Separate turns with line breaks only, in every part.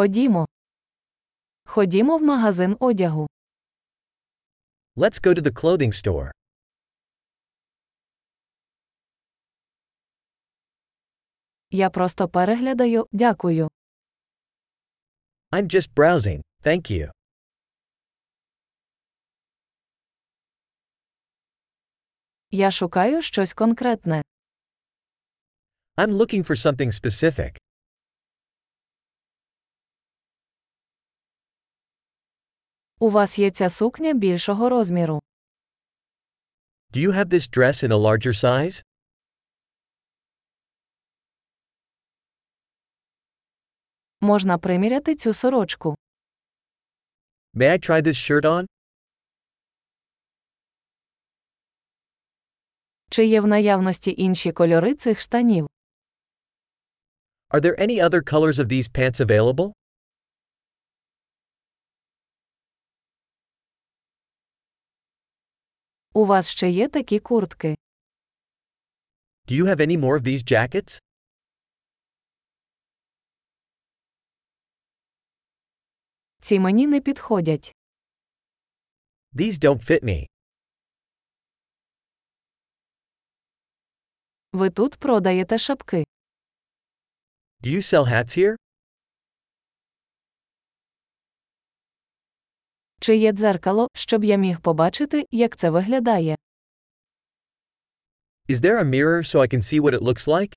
Ходімо. Ходімо в магазин одягу.
Let's go to the clothing store.
Я просто переглядаю, дякую.
I'm just browsing, thank you.
Я шукаю щось конкретне.
I'm looking for something specific.
У вас є ця сукня більшого розміру.
Do you have this dress in a larger size?
Можна приміряти цю сорочку.
May I try this shirt on?
Чи є в наявності інші кольори цих штанів?
Are there any other colors of these pants available?
У вас ще є такі куртки.
Do you have any more of these jackets?
Ці мені не підходять.
These don't fit me.
Ви тут продаєте шапки.
Do you sell hats here?
Чи є дзеркало, щоб я міг побачити, як це виглядає?
Is there a mirror so I can see what it looks like?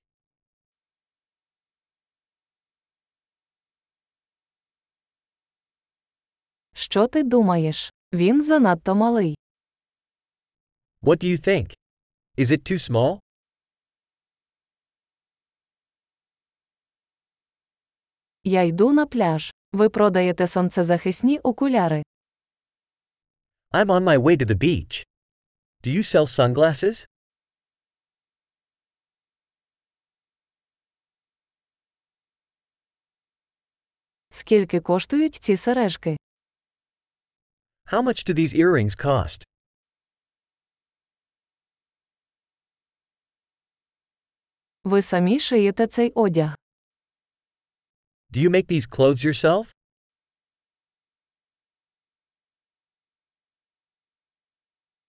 Що ти думаєш? Він занадто малий.
What do you think? Is it too small?
Я йду на пляж. Ви продаєте сонцезахисні окуляри.
I'm on my way to the beach. Do you sell sunglasses?
Скільки коштують ці сережки?
How much do these earrings cost?
Ви самі шиєте цей одяг.
Do you make these clothes yourself?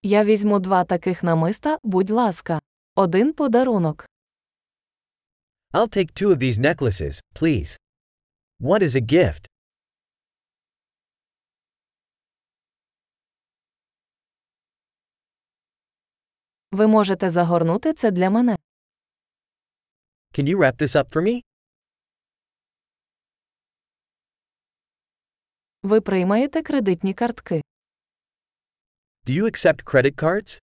Я візьму два таких намиста, будь ласка. Один подарунок.
I'll take two of these necklaces, please. What is a gift?
Ви можете загорнути це для мене.
Can you wrap this up for me?
Ви приймаєте кредитні картки.
Do you accept credit cards?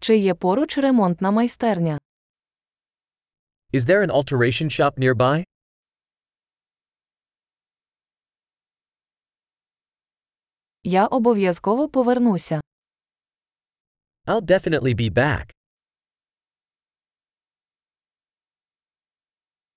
Чи є поруч ремонтна майстерня?
Is there an alteration shop nearby?
Я обов'язково повернуся.
I'll definitely be back.